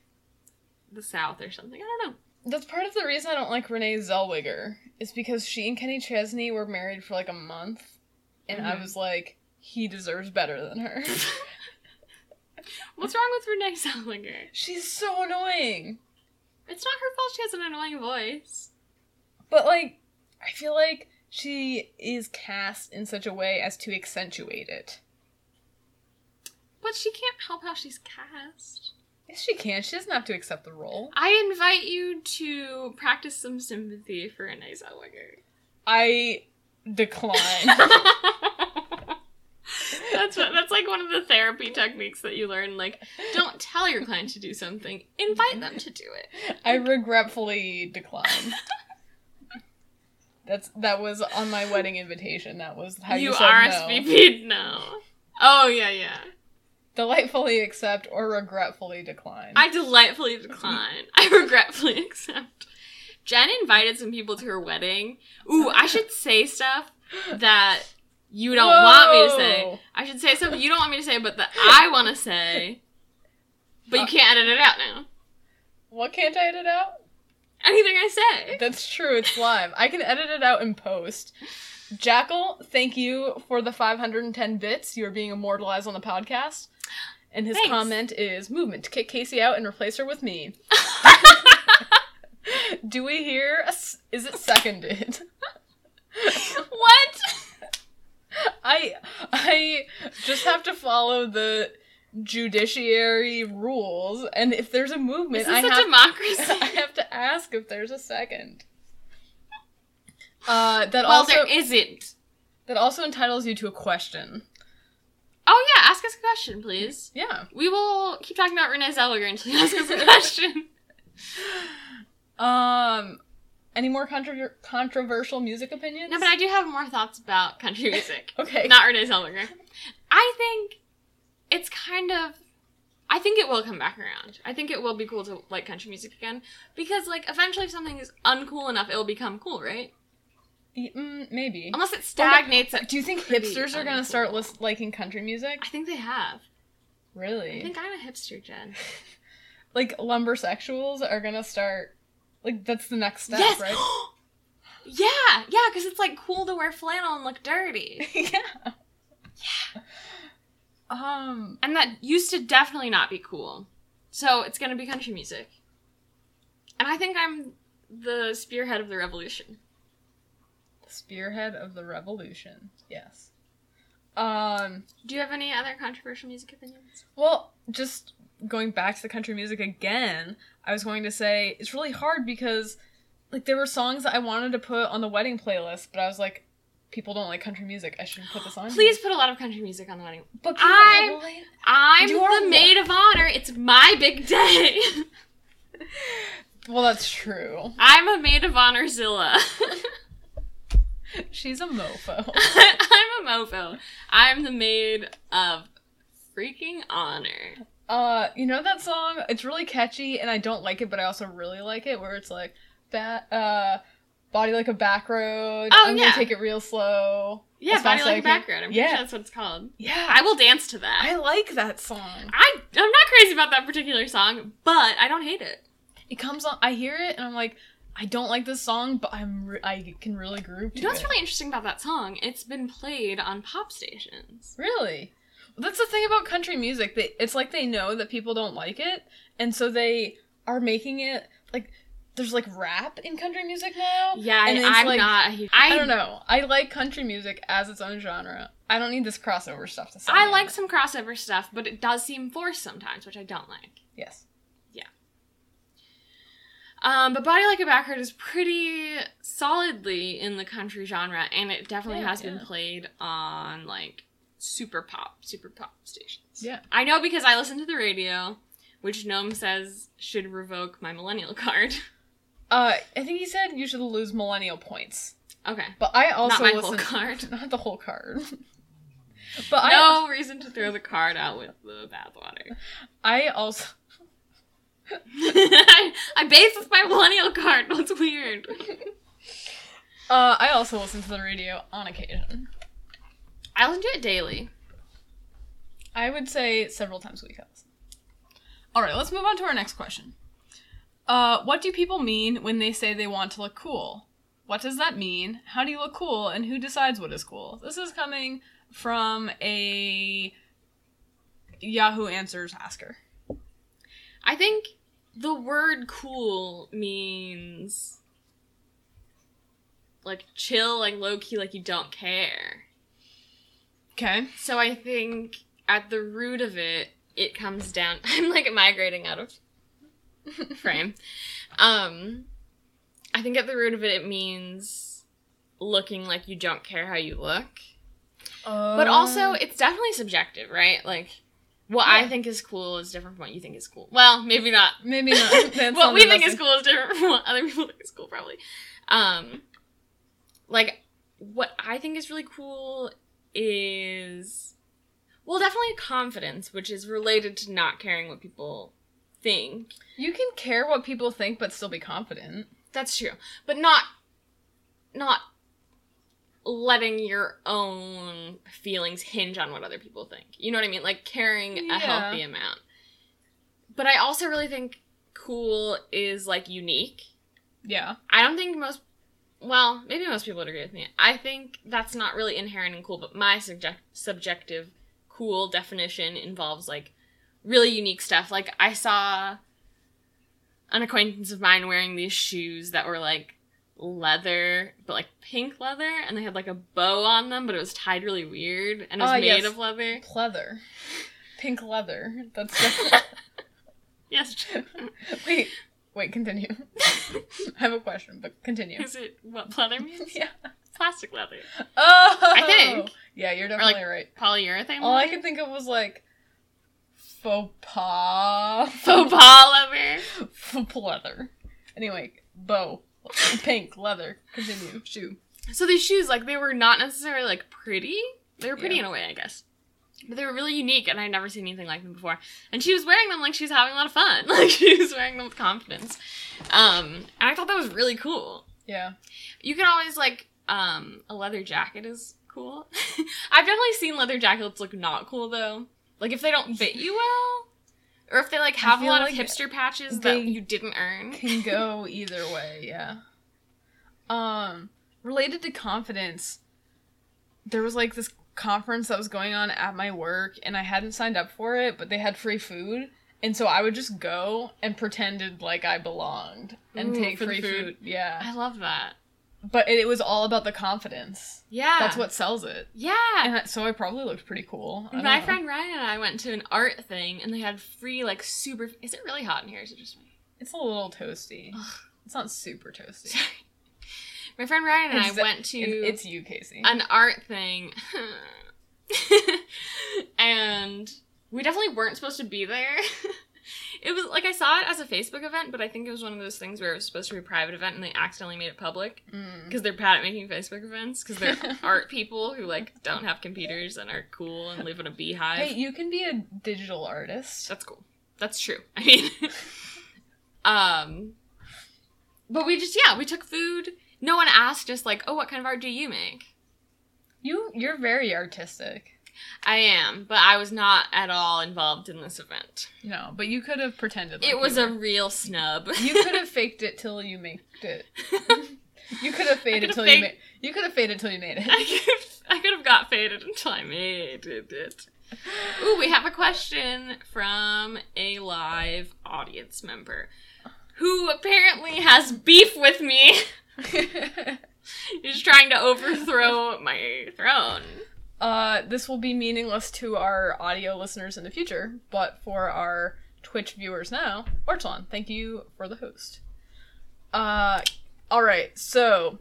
Speaker 2: the south or something. I don't know.
Speaker 1: That's part of the reason I don't like Renee Zellweger is because she and Kenny Chesney were married for like a month, and I
Speaker 2: Mhm.
Speaker 1: was like, "He deserves better than her." (laughs)
Speaker 2: What's wrong with Renee Zellweger?
Speaker 1: She's so annoying.
Speaker 2: It's not her fault she has an annoying voice.
Speaker 1: But like, I feel like she is cast in such a way as to accentuate it.
Speaker 2: But she can't help how she's cast.
Speaker 1: Yes, she can. She doesn't have to accept the role.
Speaker 2: I invite you to practice some sympathy for Renee Zellweger. (laughs)
Speaker 1: I decline.
Speaker 2: that's what, that's like one of the therapy techniques that you learn. Like, don't tell your client to do something; invite them to do it.
Speaker 1: I regretfully decline. That's that was on my wedding invitation. That was how you,
Speaker 2: you
Speaker 1: said (laughs) no.
Speaker 2: RSVP'd no. Oh yeah, yeah.
Speaker 1: Delightfully accept or regretfully decline.
Speaker 2: I delightfully decline. I regretfully (laughs) accept. Jen invited some people to her wedding. Ooh, I should say stuff that you don't want me to say.
Speaker 1: Whoa.
Speaker 2: I should say something you don't want me to say, but that I want to say. But
Speaker 1: Uh,
Speaker 2: you can't edit it out now.
Speaker 1: What can't I edit out?
Speaker 2: Anything I
Speaker 1: (laughs)
Speaker 2: say.
Speaker 1: That's true. It's live. I can edit it out in post. Jackal, thank you for the 510 bits. You're being immortalized on the podcast. And his
Speaker 2: Thanks.
Speaker 1: comment is movement to kick Casey out and replace her with me. Do we hear? A s- is it seconded?
Speaker 2: what?
Speaker 1: I I just have to follow the judiciary rules, and if there's a movement,
Speaker 2: This
Speaker 1: I
Speaker 2: is
Speaker 1: have
Speaker 2: a democracy.
Speaker 1: (laughs) I have to ask if there's a second. Uh, that
Speaker 2: well,
Speaker 1: also
Speaker 2: there isn't.
Speaker 1: that also entitles you to a question.
Speaker 2: Oh yeah, ask us a question, please.
Speaker 1: Yeah.
Speaker 2: We will keep talking about Renee Zellweger until you ask
Speaker 1: (laughs)
Speaker 2: us a question.
Speaker 1: Um, any more contro- controversial music opinions?
Speaker 2: No, but I do have more thoughts
Speaker 1: (laughs)
Speaker 2: about country music.
Speaker 1: Okay.
Speaker 2: Not Renee Zellweger. I think it's kind of. I think it will come back around. I think it will be cool to like country music again because, like, eventually, if something is uncool enough, it'll become cool, right?
Speaker 1: Mm, maybe.
Speaker 2: Unless it stagnates. at-
Speaker 1: Do you think
Speaker 2: Pretty
Speaker 1: hipsters are
Speaker 2: uncool.
Speaker 1: gonna start lis- liking country music?
Speaker 2: I think they have.
Speaker 1: Really?
Speaker 2: I think I'm a hipster, Jen.
Speaker 1: like lumbersexuals are gonna start. Like that's the next step,
Speaker 2: yes. (gasps)
Speaker 1: right? (laughs)
Speaker 2: yeah, yeah, because it's like cool to wear flannel and look dirty,
Speaker 1: yeah. Yeah. Um.
Speaker 2: and that used to definitely not be cool. So it's gonna be country music, and I think I'm the spearhead of the revolution.
Speaker 1: Spearhead of the Revolution. Yes. Um.
Speaker 2: Do you have any other controversial music opinions?
Speaker 1: Well, just going back to the country music again, I was going to say it's really hard because like there were songs that I wanted to put on the wedding playlist, but I was like, people don't like country music. I shouldn't put this on.
Speaker 2: Please put a lot of country music on the wedding.
Speaker 1: but
Speaker 2: I'm-
Speaker 1: people will-
Speaker 2: I'm
Speaker 1: You are
Speaker 2: the maid of honor. It's my big day. (laughs)
Speaker 1: Well, that's true.
Speaker 2: I'm a maid of honor Zilla.
Speaker 1: (laughs)
Speaker 2: (laughs)
Speaker 1: She's a mofo.
Speaker 2: I'm a mofo. I'm the maid of freaking honor.
Speaker 1: Uh, you know that song? It's really catchy, and I don't like it, but I also really like it. Where it's like, ba- uh, body like a back road.
Speaker 2: Oh,
Speaker 1: I'm
Speaker 2: yeah.
Speaker 1: gonna take it real slow.
Speaker 2: Yeah,
Speaker 1: As
Speaker 2: body
Speaker 1: fast as
Speaker 2: like
Speaker 1: I
Speaker 2: a
Speaker 1: can.
Speaker 2: background. I'm
Speaker 1: Yeah.
Speaker 2: pretty sure that's what it's called.
Speaker 1: Yeah,
Speaker 2: I will dance to that.
Speaker 1: I like that song.
Speaker 2: I I'm not crazy about that particular song, but I don't hate it.
Speaker 1: It comes on. I hear it, and I'm like, I don't like this song, but I'm re- I can really groove to
Speaker 2: You know what's
Speaker 1: it.
Speaker 2: really interesting about that song? It's been played on pop stations.
Speaker 1: Really? That's the thing about country music. They, it's like they know that people don't like it, and so they are making it like there's like rap in country music now.
Speaker 2: Yeah,
Speaker 1: and it's
Speaker 2: I, am
Speaker 1: like-
Speaker 2: not. A huge,
Speaker 1: I don't know. I like country music as its own genre. I don't need this crossover stuff to say.
Speaker 2: I like some crossover stuff, but it does seem forced sometimes, which I don't like.
Speaker 1: Yes.
Speaker 2: Um, but Body Like a Backward is pretty solidly in the country genre, and it definitely
Speaker 1: Yeah,
Speaker 2: has been
Speaker 1: yeah.
Speaker 2: played on like super pop, super pop stations.
Speaker 1: Yeah.
Speaker 2: I know because I listen to the radio, which Gnome says should revoke my millennial (laughs) card.
Speaker 1: Uh, I think he said you should lose millennial points,
Speaker 2: okay.
Speaker 1: but I also
Speaker 2: Not my
Speaker 1: listen
Speaker 2: whole (laughs)
Speaker 1: (laughs)
Speaker 2: card.
Speaker 1: not the whole card. (laughs) but
Speaker 2: no reason to throw the card out with the bathwater.
Speaker 1: I I also
Speaker 2: (laughs) I, I bathed with my millennial card. (laughs) That's weird.
Speaker 1: uh I also listen to the radio on occasion.
Speaker 2: I listen to it daily.
Speaker 1: I would say several times a week. I listen. All right, let's move on to our next question. Uh, what do people mean when they say they want to look cool? What does that mean? How do you look cool, and who decides what is cool? This is coming from a Yahoo Answers asker.
Speaker 2: I think the word cool means like chill, like low key, like you don't care.
Speaker 1: Okay.
Speaker 2: So I think at the root of it, it comes down. (laughs) I'm like migrating out of (laughs) frame. Um, I think at the root of it, it means looking like you don't care how you look.
Speaker 1: Um,
Speaker 2: But
Speaker 1: Uh.
Speaker 2: also, it's definitely subjective, right? Like, what I
Speaker 1: Yeah.
Speaker 2: think is cool is different from what you think is cool. Well, maybe not.
Speaker 1: maybe not. (laughs) That's
Speaker 2: what
Speaker 1: not
Speaker 2: we
Speaker 1: the
Speaker 2: think
Speaker 1: best
Speaker 2: is cool is different from what other people think is cool, probably. Um, like, what I think is really cool is, well, definitely confidence, which is related to not caring what people think.
Speaker 1: thing. You can care what people think, but still be confident.
Speaker 2: That's true, but not, not letting your own feelings hinge on what other people think. You know what I mean? Like carrying
Speaker 1: Yeah.
Speaker 2: a healthy amount. But I also really think cool is like unique.
Speaker 1: Yeah.
Speaker 2: I don't think most. Well, maybe most people would agree with me. I think that's not really inherent and cool, but my subject, subjective cool definition involves like really unique stuff. Like I saw an acquaintance of mine wearing these shoes that were like leather, but like pink leather, and they had like a bow on them, but it was tied really weird and it was
Speaker 1: Ah,
Speaker 2: made
Speaker 1: yes. (laughs)
Speaker 2: of leather.
Speaker 1: Leather. Pink leather. That's (laughs) just.
Speaker 2: Yes. (laughs)
Speaker 1: wait. Wait, (laughs) continue. I have a question, but continue.
Speaker 2: Is it what leather
Speaker 1: (laughs)
Speaker 2: means?
Speaker 1: Yeah.
Speaker 2: Plastic leather.
Speaker 1: Oh!
Speaker 2: think.
Speaker 1: Yeah, you're definitely right.
Speaker 2: Polyurethane
Speaker 1: All I
Speaker 2: leather?
Speaker 1: could think of was like. Faux pas.
Speaker 2: (laughs) Faux pas
Speaker 1: (laughs)
Speaker 2: leather.
Speaker 1: Faux leather. Anyway, bow. Pink leather. Continue. Shoe.
Speaker 2: So these shoes, like they were not necessarily like pretty. They were pretty
Speaker 1: Yeah.
Speaker 2: in a way, I guess. But they were really unique and I'd never seen anything like them before. And she was wearing them like she was having a lot of fun. (laughs) Like she was wearing them with confidence. Um and I thought that was really cool.
Speaker 1: Yeah.
Speaker 2: You could always like um a leather jacket is cool. (laughs) I've definitely seen leather jackets look not cool though. Like if they don't fit you well or if they like have a
Speaker 1: feel
Speaker 2: lot
Speaker 1: like
Speaker 2: of hipster patches
Speaker 1: they-
Speaker 2: that you didn't earn.
Speaker 1: can go either way, yeah. Um related to confidence, there was like this conference that was going on at my work and I hadn't signed up for it, but they had free food. And so I would just go and pretended like I belonged and
Speaker 2: Ooh,
Speaker 1: take
Speaker 2: for the
Speaker 1: free food.
Speaker 2: food.
Speaker 1: Yeah.
Speaker 2: I love that.
Speaker 1: but it, it was all about the confidence.
Speaker 2: Yeah.
Speaker 1: That's what sells it.
Speaker 2: Yeah.
Speaker 1: And that, so it probably looked pretty cool. I don't
Speaker 2: My
Speaker 1: know.
Speaker 2: friend Ryan and I went to an art thing and they had free, like, super. Is it really hot in here? Is it just me? (laughs)
Speaker 1: It's a little toasty.
Speaker 2: Ugh.
Speaker 1: It's not super toasty.
Speaker 2: My friend Ryan and
Speaker 1: It's-
Speaker 2: I went to
Speaker 1: It- it's you, Casey.
Speaker 2: an art thing. (laughs) and we definitely weren't supposed to be there. (laughs) it was like I saw it as a Facebook event, but I think it was one of those things where it was supposed to be a private event and they accidentally made it public.
Speaker 1: Mm.
Speaker 2: because they're bad at making Facebook events because they're
Speaker 1: (laughs)
Speaker 2: art people who like don't have computers and are cool and live in a beehive.
Speaker 1: Hey, you can be a digital artist.
Speaker 2: That's cool. That's true. (laughs) I mean, um, but we just yeah we took food. No one asked us like, oh, what kind of art do you make?
Speaker 1: You you're very artistic.
Speaker 2: I am, but I was not at all involved in this event.
Speaker 1: No, but you could have pretended. like
Speaker 2: It
Speaker 1: you
Speaker 2: was a
Speaker 1: were.
Speaker 2: real snub. (laughs)
Speaker 1: You could have faked it till you made (laughs) it. You could have
Speaker 2: could
Speaker 1: faded
Speaker 2: have
Speaker 1: till you made.
Speaker 2: faked-
Speaker 1: You could have faded till you made it.
Speaker 2: I could I could have got faded until I made it. Ooh, we have a question from a live audience member who apparently has beef with me. (laughs)
Speaker 1: (laughs)
Speaker 2: Is trying to overthrow my throne.
Speaker 1: uh, this will be meaningless to our audio listeners in the future, but for our Twitch viewers now, Orton, thank you for the host. Uh, all right. So,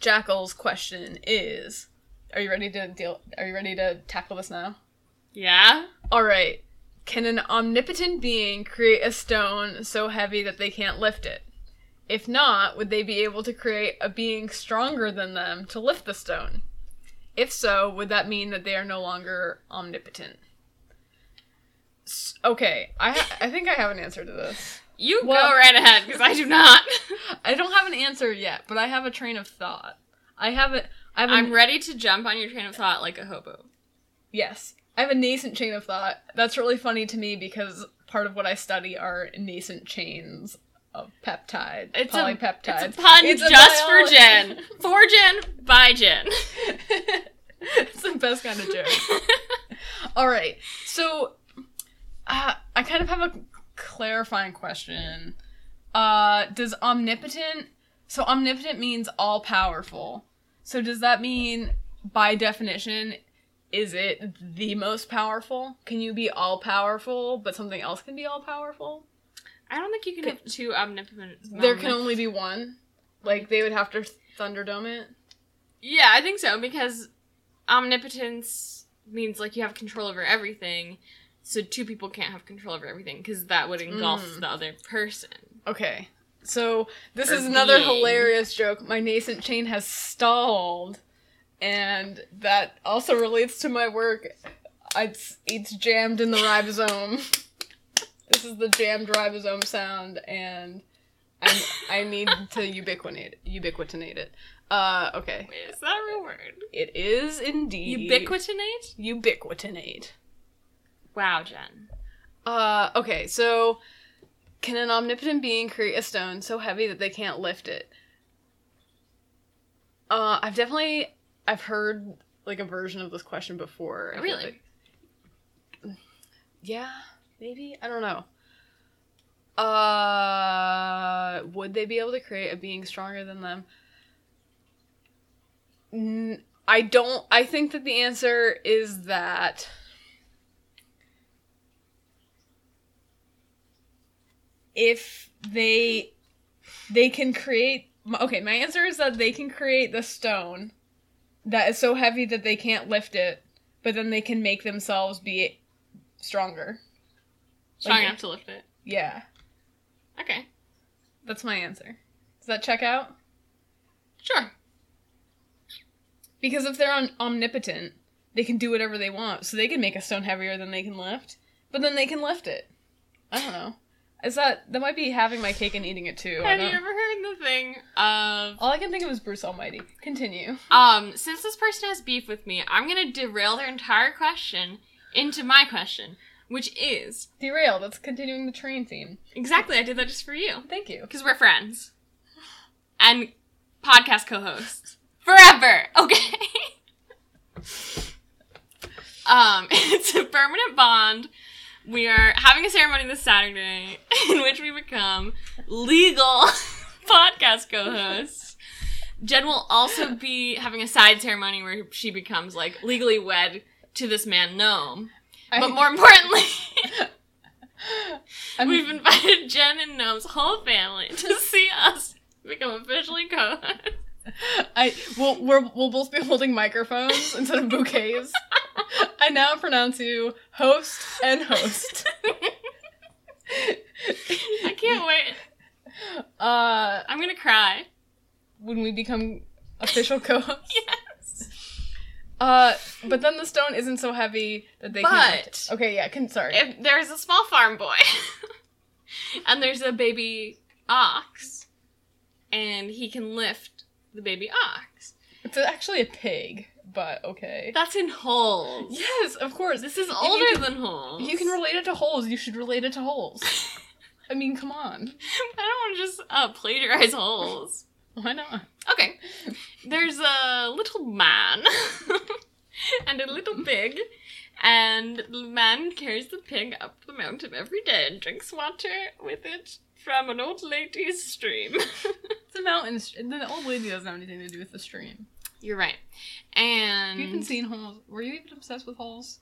Speaker 1: Jackal's question is: Are you ready to deal? Are you ready to tackle this now?
Speaker 2: Yeah.
Speaker 1: All right. Can an omnipotent being create a stone so heavy that they can't lift it? If not, would they be able to create a being stronger than them to lift the stone? If so, would that mean that they are no longer omnipotent? S- Okay, I ha- I think I have an answer to this.
Speaker 2: You
Speaker 1: Well-
Speaker 2: go right ahead because I do not. (laughs)
Speaker 1: I don't have an answer yet, but I have a train of thought. I have a I have a,
Speaker 2: I'm ready to jump on your train of thought like a hobo.
Speaker 1: Yes. I have a nascent chain of thought. That's really funny to me because part of what I study are nascent chains of peptide,
Speaker 2: It's a-
Speaker 1: polypeptides.
Speaker 2: It's a pun
Speaker 1: It's a
Speaker 2: just for
Speaker 1: biology-
Speaker 2: Jen. (laughs) For Jen, by Jen.
Speaker 1: (laughs) it's the best kind of joke. All right. So uh, I kind of have a clarifying question. Uh, does omnipotent, so omnipotent means all powerful. So does that mean, by definition, is it the most powerful? Can you be all powerful, but something else can be all powerful?
Speaker 2: I don't think you can have two omnipotent.
Speaker 1: There can only be one. Like they would have to Thunderdome it.
Speaker 2: Yeah, I think so because omnipotence means like you have control over everything. So two people can't have control over everything because that would engulf
Speaker 1: Mm.
Speaker 2: the other person.
Speaker 1: Okay. So this
Speaker 2: Or
Speaker 1: is another
Speaker 2: being.
Speaker 1: hilarious joke. My nascent chain has stalled, and that also relates to my work. It's it's jammed in the ribosome. (laughs) this is the jammed ribosome sound, and I'm, I need (laughs) to ubiquinate ubiquitinate it. Uh, okay,
Speaker 2: Wait, is that a real word?
Speaker 1: it is indeed
Speaker 2: Ubiquitinate?
Speaker 1: ubiquitinate.
Speaker 2: Wow, Jen.
Speaker 1: Uh, okay, so can an omnipotent being create a stone so heavy that they can't lift it? Uh, I've definitely I've heard like a version of this question before. I feel
Speaker 2: Really?
Speaker 1: like. Yeah, maybe I don't know. Uh, would they be able to create a being stronger than them? N- I don't. I think that the answer is that. if they they can create m- okay my answer is that they can create the stone that is so heavy that they can't lift it but then they can make themselves be stronger
Speaker 2: Strong
Speaker 1: Like-
Speaker 2: enough to lift it.
Speaker 1: yeah
Speaker 2: Okay.
Speaker 1: that's my answer does that check out
Speaker 2: Sure.
Speaker 1: because if they're on omnipotent they can do whatever they want so they can make a stone heavier than they can lift but then they can lift it i don't know is that that might be having my cake and eating it too I
Speaker 2: Have you
Speaker 1: don't-
Speaker 2: ever heard the thing of
Speaker 1: all i can think of is bruce almighty continue
Speaker 2: um since this person has beef with me, I'm gonna derail their entire question into my question, which is
Speaker 1: derail that's continuing the train theme
Speaker 2: exactly I did that just for you.
Speaker 1: Thank you.
Speaker 2: Because we're friends. And podcast co hosts. Forever! Okay. (laughs) um, (laughs) it's a permanent bond. We are having a ceremony this Saturday (laughs) in which we become legal podcast co hosts. Jen will also be having a side ceremony where she becomes like legally wed to this man Gnome. But more importantly, (laughs)
Speaker 1: I'm-
Speaker 2: we've invited Jen and Gnome's whole family (laughs) to see us become officially co
Speaker 1: (laughs) I we'll we're, we'll both be holding microphones (laughs) instead of
Speaker 2: (laughs)
Speaker 1: bouquets. I now pronounce you host and host.
Speaker 2: (laughs) I can't wait.
Speaker 1: Uh,
Speaker 2: I'm gonna cry.
Speaker 1: when we become official co-hosts. (laughs)
Speaker 2: Yes.
Speaker 1: Uh, but then the stone isn't so heavy that they can.
Speaker 2: But-
Speaker 1: Okay, yeah, can sorry.
Speaker 2: If there's a small farm boy, (laughs) and there's a baby ox, and he can lift the baby ox.
Speaker 1: It's actually a pig, but okay.
Speaker 2: That's in holes.
Speaker 1: Yes, of course.
Speaker 2: This is
Speaker 1: If you
Speaker 2: older
Speaker 1: can-
Speaker 2: than holes.
Speaker 1: If you can relate it to holes, you should relate it to holes. (laughs) I mean, come on.
Speaker 2: (laughs) I don't want to just uh, plagiarize holes.
Speaker 1: Why not?
Speaker 2: Okay. There's a little man (laughs) and a little pig, and the man carries the pig up the mountain every day and drinks water with it from an old lady's stream. (laughs)
Speaker 1: It's a mountain. St- the old lady doesn't have anything to do with the stream.
Speaker 2: You're right.
Speaker 1: Have
Speaker 2: And
Speaker 1: you even seen holes? Were you even obsessed with holes?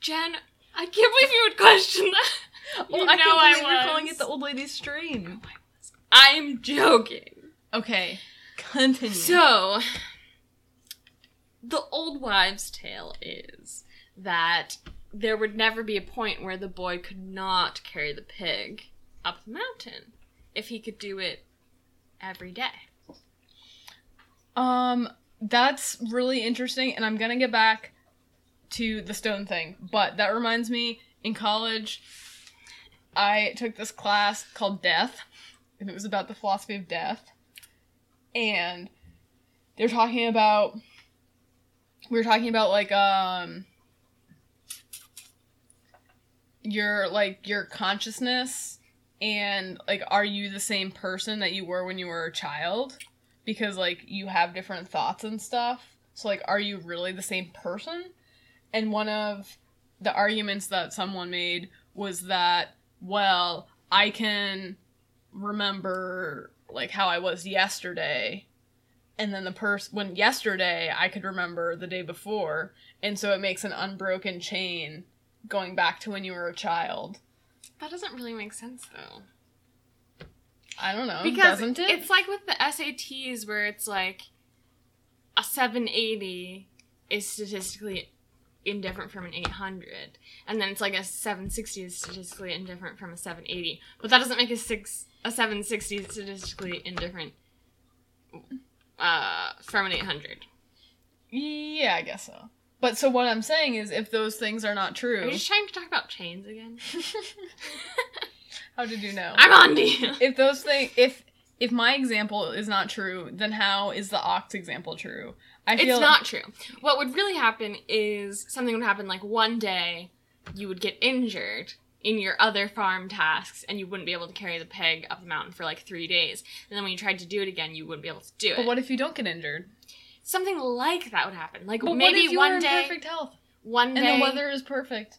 Speaker 2: Jen, I can't believe you would question that.
Speaker 1: Well,
Speaker 2: You
Speaker 1: I
Speaker 2: know I
Speaker 1: can't believe you're calling
Speaker 2: was.
Speaker 1: it the old lady's stream.
Speaker 2: I'm joking.
Speaker 1: Okay, continue.
Speaker 2: So, the old wives' tale is that there would never be a point where the boy could not carry the pig up the mountain if he could do it every day.
Speaker 1: Um, that's really interesting, and I'm gonna get back to the stone thing. But that reminds me, in college, I took this class called Death, and it was about the philosophy of death. And they were talking about we were talking about like um your like your consciousness and like are you the same person that you were when you were a child because like you have different thoughts and stuff. So like are you really the same person? And one of the arguments that someone made was that well, I can remember like how I was yesterday and then the person when yesterday I could remember the day before and so it makes an unbroken chain going back to when you were a child.
Speaker 2: That doesn't really make sense though.
Speaker 1: I don't know.
Speaker 2: Because
Speaker 1: Um, doesn't it?
Speaker 2: it's like with the SATs where it's like a 780 is statistically indifferent from an 800 and then it's like a 760 is statistically indifferent from a 780 but that doesn't make a 6 a 760 statistically indifferent uh from an 800
Speaker 1: yeah, I guess so. But so what I'm saying is if those things are not
Speaker 2: are you
Speaker 1: true,
Speaker 2: just trying to talk about
Speaker 1: (laughs)
Speaker 2: chains again
Speaker 1: how did you know?
Speaker 2: i'm on to you
Speaker 1: if those things if if my example is not true then how is the ox example true i feel
Speaker 2: It's not true. What would really happen is something would happen like one day you would get injured in your other farm tasks and you wouldn't be able to carry the pig up the mountain for like three days. And then when you tried to do it again, you wouldn't be able to do it.
Speaker 1: but what if you don't get injured
Speaker 2: something like that would happen. Like
Speaker 1: but
Speaker 2: maybe
Speaker 1: what if you are
Speaker 2: one
Speaker 1: in
Speaker 2: day,
Speaker 1: perfect health
Speaker 2: one day,
Speaker 1: and the weather is perfect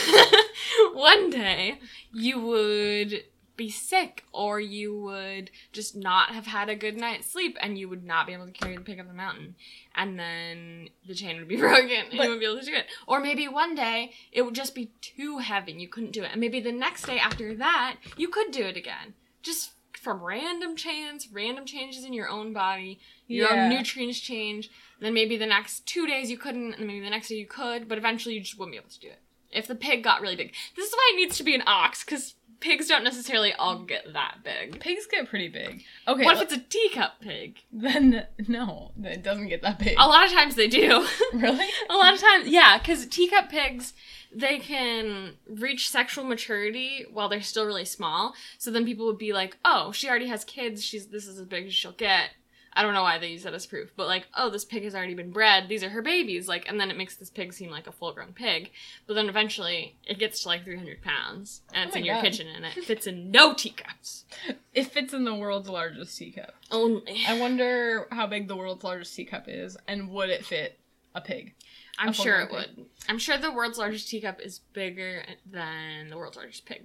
Speaker 2: (laughs) one day you would be sick or you would just not have had a good night's sleep and you would not be able to carry the pig up the mountain and then the chain would be (laughs) broken and
Speaker 1: But-
Speaker 2: you wouldn't be able to do it or maybe one day it would just be too heavy and you couldn't do it and maybe the next day after that you could do it again just from random chance random changes in your own body your
Speaker 1: Yeah.
Speaker 2: own nutrients change then maybe the next two days you couldn't and maybe the next day you could but eventually you just wouldn't be able to do it if the pig got really big. This is why it needs to be an ox, because pigs don't necessarily all get that big.
Speaker 1: pigs get pretty big okay
Speaker 2: what if
Speaker 1: let-
Speaker 2: it's a teacup pig?
Speaker 1: (laughs) then no it doesn't get that big
Speaker 2: A lot of times they do.
Speaker 1: (laughs)
Speaker 2: (laughs)
Speaker 1: really
Speaker 2: a lot of times, yeah, because teacup pigs, they can reach sexual maturity while they're still really small. So then people would be like, oh, she already has kids. She's This is as big as she'll get. I don't know why they use that as proof, but like, oh, this pig has already been bred. These are her babies. Like, and then it makes this pig seem like a full grown pig. But then eventually it gets to like 300 pounds and it's
Speaker 1: Oh my
Speaker 2: in your
Speaker 1: God.
Speaker 2: kitchen and it fits in no teacups.
Speaker 1: it fits in the world's largest teacup
Speaker 2: Only.
Speaker 1: i wonder how big the world's largest teacup is and would it fit a pig
Speaker 2: I'm
Speaker 1: a full
Speaker 2: sure it
Speaker 1: grown
Speaker 2: would. I'm sure the world's largest teacup is bigger than the world's largest pig.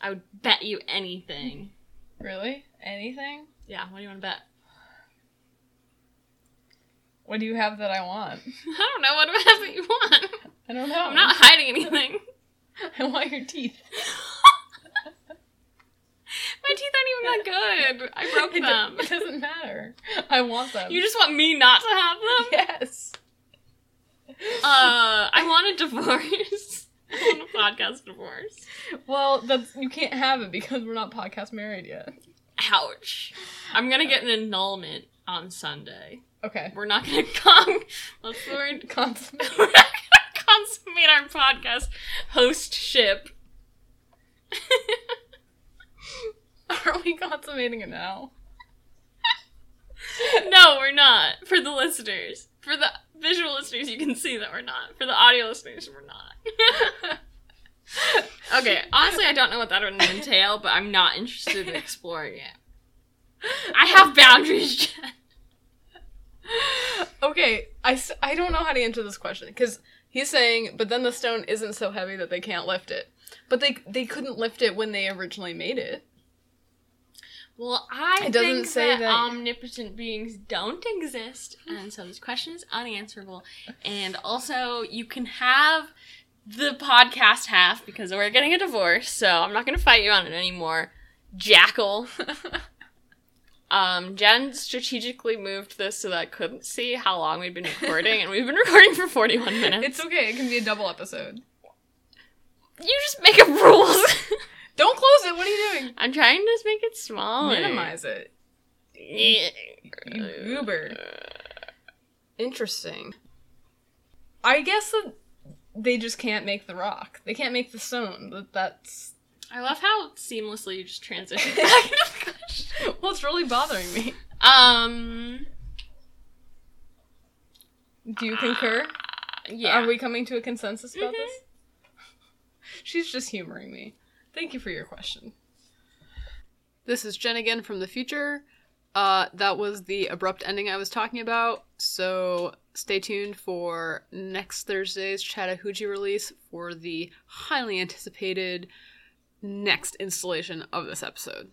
Speaker 2: I would bet you anything.
Speaker 1: really anything
Speaker 2: Yeah, what do you want to bet?
Speaker 1: What do you have that I want?
Speaker 2: (laughs) I don't know what it is that you want.
Speaker 1: I don't know.
Speaker 2: I'm not hiding anything.
Speaker 1: (laughs)
Speaker 2: (laughs)
Speaker 1: I want your teeth.
Speaker 2: My teeth (laughs) aren't even that good. (laughs) I broke
Speaker 1: (laughs) It do-
Speaker 2: them.
Speaker 1: It doesn't matter. I want them.
Speaker 2: You just want me not to have
Speaker 1: (laughs)
Speaker 2: (laughs) them?
Speaker 1: yes.
Speaker 2: Uh, I want a divorce. (laughs) I want a podcast divorce.
Speaker 1: Well, that's you can't have it because we're not podcast married yet.
Speaker 2: Ouch. I'm gonna get an annulment on Sunday.
Speaker 1: Okay. (laughs)
Speaker 2: We're not gonna (laughs) con- what's the word?
Speaker 1: Consummate.
Speaker 2: We're not gonna consummate our podcast hostship.
Speaker 1: (laughs) Are we consummating it now? (laughs)
Speaker 2: No, we're not. For the listeners. For the visual listeners, you can see that we're not. For the audio listeners, we're not. (laughs) okay, honestly, I don't know what that would entail, but I'm not interested in exploring it. I have boundaries, Jen.
Speaker 1: Okay, I, s- I don't know how to answer this question because he's saying, but then the stone isn't so heavy that they can't lift it. But they they couldn't lift it when they originally made it.
Speaker 2: Well, I
Speaker 1: It doesn't
Speaker 2: think
Speaker 1: say
Speaker 2: that,
Speaker 1: that-
Speaker 2: omnipotent beings don't exist, and so this question is unanswerable. And also, you can have the podcast half because we're getting a divorce, so I'm not going to fight you on it anymore, Jackal. (laughs) um, Jen strategically moved this so that I couldn't see how long we'd been recording, and we've been (laughs) recording for 41 minutes.
Speaker 1: It's okay. It can be a double episode.
Speaker 2: you just make up rules.
Speaker 1: Don't close it. What are you doing?
Speaker 2: (laughs) I'm trying to just make it smaller.
Speaker 1: Minimize it. You goober. Interesting. I guess that they just can't make the rock. They can't make the stone. That that's (laughs)
Speaker 2: I love how seamlessly you just transition back into the question.
Speaker 1: well, it's really bothering me.
Speaker 2: Um,
Speaker 1: Do you concur?
Speaker 2: yeah.
Speaker 1: Are we coming to a consensus about
Speaker 2: Mhm.
Speaker 3: Mm-hmm.
Speaker 1: this? (laughs) She's just humoring me. Thank you for your question.
Speaker 3: This is Jen again from the future. Uh, that was the abrupt ending I was talking about. So stay tuned for next Thursday's Chattahoochee release for the highly anticipated next installation of this episode.